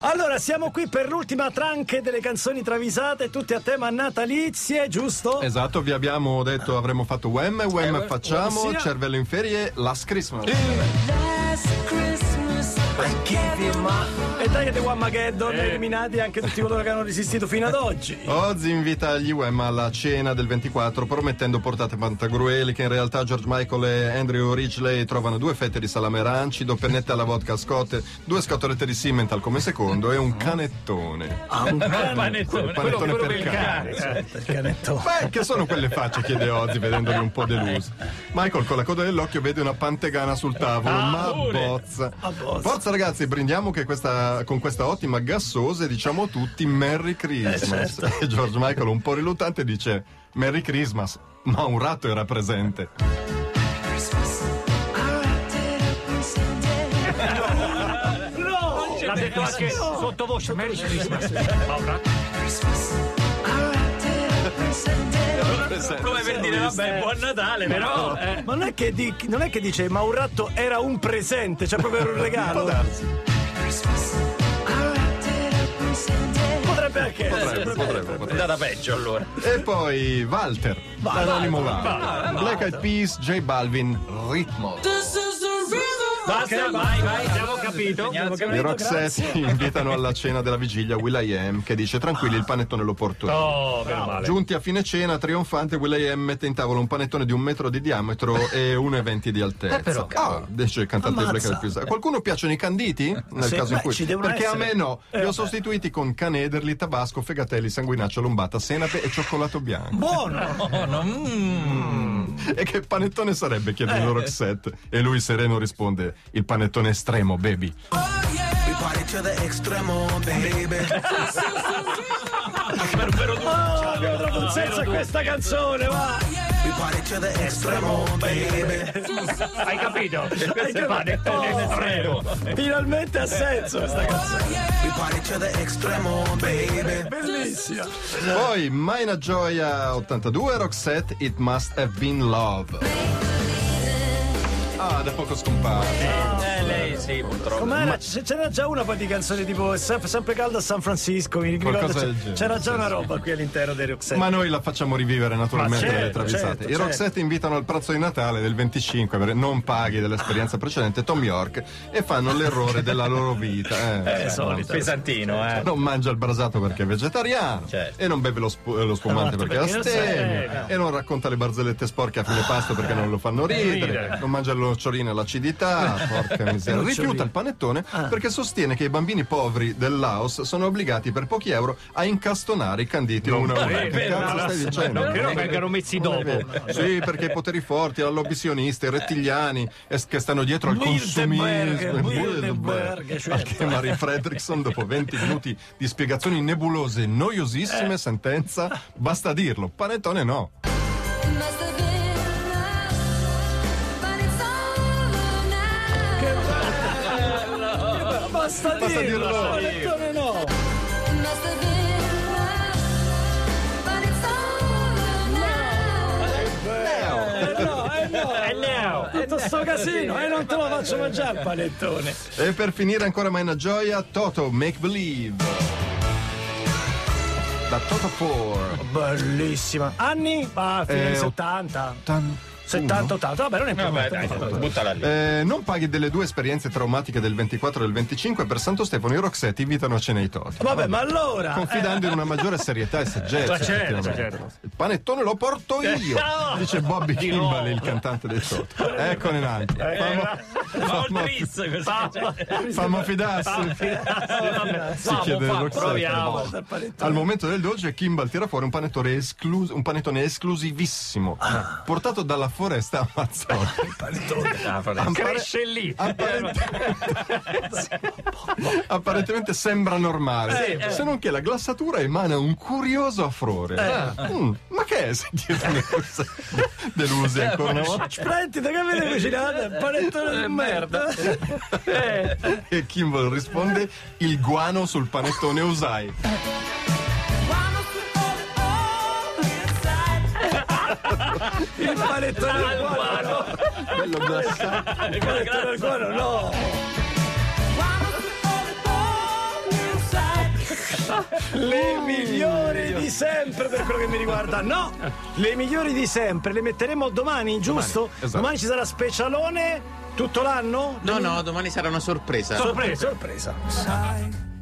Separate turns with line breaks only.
Allora, siamo qui per l'ultima tranche delle canzoni travisate, tutte a tema natalizie, giusto?
Esatto, vi abbiamo detto avremmo fatto Wem, Wem
Eh,
facciamo,
ossia-
Cervello in ferie, Last Christmas.
Last Christmas, I gave you my
E dai, The Wamageddon,
Eh.
eliminati anche tutti coloro che hanno resistito fino ad oggi.
Ozzy invita gli Wem alla cena del 24 promettendo portate pantagrueli che in realtà George Michael e Andrew Ridgely trovano due fette di salame arancido, pennette alla vodka scott, due scatolette di Simmental come secondo e un canettone.
Ah, un cane.
Quel panettone per cane.
eh.
Certo, il canetto.
Beh, che sono quelle facce, chiede Ozzy, vedendoli un po' deluso. Michael con la coda dell'occhio vede una pantegana sul tavolo, Ah, ma bozza.
Ah, bozza.
Forza ragazzi, brindiamo che questa- con questa ottima gassosa e diciamo tutti Merry Christmas. E George Michael, un po' riluttante, dice Merry Christmas, ma un ratto era presente.
Christmas. I wrapped it up and sent it.
No!
L'ha detto anche sottovoce, Merry Christmas.
Christmas. I wrapped it up and sent it.
Come per dire, vabbè, buon Natale, però. eh,
Ma non è, che di- non è che dice, ma un ratto era un presente, cioè proprio era un regalo.
Christmas. I wrapped it up and sent it.
Potrebbe anche essere.
Potrebbe, potrebbe,
è
potrebbe.
andata peggio allora.
E poi Walter, l'anonimo Walter. Black Eyed Peas, J Balvin, Ritmo.
Basta, vai, vai, abbiamo capito.
I Roxette invitano alla cena della vigilia Will.i.am che dice tranquilli il panettone lo porto io".
Oh, meno male.
Giunti a fine cena, trionfante, Will.i.am mette in tavola un panettone di un metro di diametro e 1,20 di
Eh,
altezza. ah, dice il cantante di Black Eyed Peas. A qualcuno piacciono i canditi? Nel caso in
beh,
cui...
ci devono
Perché a
essere. Eh,
me no. Li ho sostituiti con canederli, tabasco, fegatelli, sanguinaccia, lombata, senape e cioccolato bianco.
Buono!
E che panettone sarebbe?
Eh.
chiedono Roxette. E lui sereno risponde, il panettone estremo, baby.
We party to the extremo, baby.
Oh, io trovo un senso a questa canzone, va!
We party to the extremo, baby.
Hai capito? Questo
capito?
è panettone
Oh.
estremo.
Finalmente ha senso questa canzone.
We party to the extremo, baby.
Bellissima!
Poi Mina Gioia 82 Roxette It Must Have Been Love. Ah, da poco scomparsa.
Eh, lei sì, purtroppo.
Com'era? C- C'era già una poi di canzoni tipo "È sempre, sempre caldo a San Francisco. mi ricordo,
Qualcosa
c'è-
del genere,
c'era già una roba qui all'interno dei Roxette.
Ma noi la facciamo rivivere naturalmente
Ma certo,
le travisate.
certo,
I
certo.
Roxette invitano al pranzo di Natale del 25 per non paghi dell'esperienza precedente Tom York e fanno l'errore della loro vita. Eh,
Eh, solito. certo.
Pesantino, eh.
Non mangia il brasato perché è vegetariano
Certo.
e non beve lo, spu- lo spumante perché è
perché lo
astemio
stega.
e non racconta le barzellette sporche a fine
Ah.
pasto perché non lo fanno ridere, non mangia lo nocciolino e l'acidità, porca miseria. Rifiuta il panettone
Ah.
perché sostiene che i bambini poveri del Laos sono obbligati per pochi euro a incastonare i canditi uno a uno.
credo,
Che cazzo
no,
stai
no,
dicendo?
non credo
Eh,
vengano messi
non è
dopo.
vero. Sì, perché i poteri forti, la lobbisionista, i rettigliani eh, che stanno dietro al consumismo.
Bilderberg,
Bilderberg.
Bilderberg, cioè,
Che Marie Fredrickson, dopo 20 minuti di spiegazioni nebulose e noiosissime, sentenza, basta dirlo, panettone no.
Must have
basta,
been us, but it's over now.
Basta
dirlo,
dirlo.
Panettone no.
Must have been us, but it's over now.
Eh no, eh no,
Eh, now.
tutto sto casino, e non te lo faccio mangiare il panettone.
E per finire ancora mai una gioia, Toto Make Believe. Da Toto 4.
Oh, Bellissima. Anni? Ah, fine
Eh,
anni
o-
70.
Tan-
70, 80, vabbè, non è
Vabbè,
importante.
dai, buttala lì.
Eh, non paghi delle due esperienze traumatiche del 24 e del 25 per Santo Stefano i Roxette invitano a cena i Toto.
Vabbè, ma allora. eh,
Confidando in una maggiore serietà e saggezza.
Ma certo,
effettivamente.
certo. Eh,
Il panettone lo porto io, dice Bobby Kimball, il cantante del Toto. Eccone un altro. Famo-
Eh, Ma
famo-
oltrizzo, cosa
Cioè,
c'è?
Fammo
Ah.
fidarsi. Si
Vamo,
chiede
fa,
Roxette.
proviamo.
eh, il panettone.
Al momento del dolce, Kimball tira fuori un panettone, esclus- un panettone esclusivissimo, portato dalla foresta amazzonica.
Ah, vabbè.
Ampare-
Cresce lì.
Ah,
Apparentemente, apparentemente sembra normale,
Eh,
se non che la glassatura emana un curioso affrore.
Eh.
Mm, ma che è sentire le cose deluse ancora una volta?
Splendida, che avete cucinato? Il panettone di Eh, merda.
E Kimball risponde: Il guano sul panettone usai.
Ah, Il panettone al guano.
Bello glassato.
Il panettone al guano, no.
Promise to all the boys
Le migliori di sempre per quello che mi riguarda. No, le migliori di sempre le metteremo domani, giusto? Domani,
esatto.
ci sarà specialone tutto l'anno?
No, no, domani sarà una sorpresa.
Sorpresa.
Sorpresa.
Sai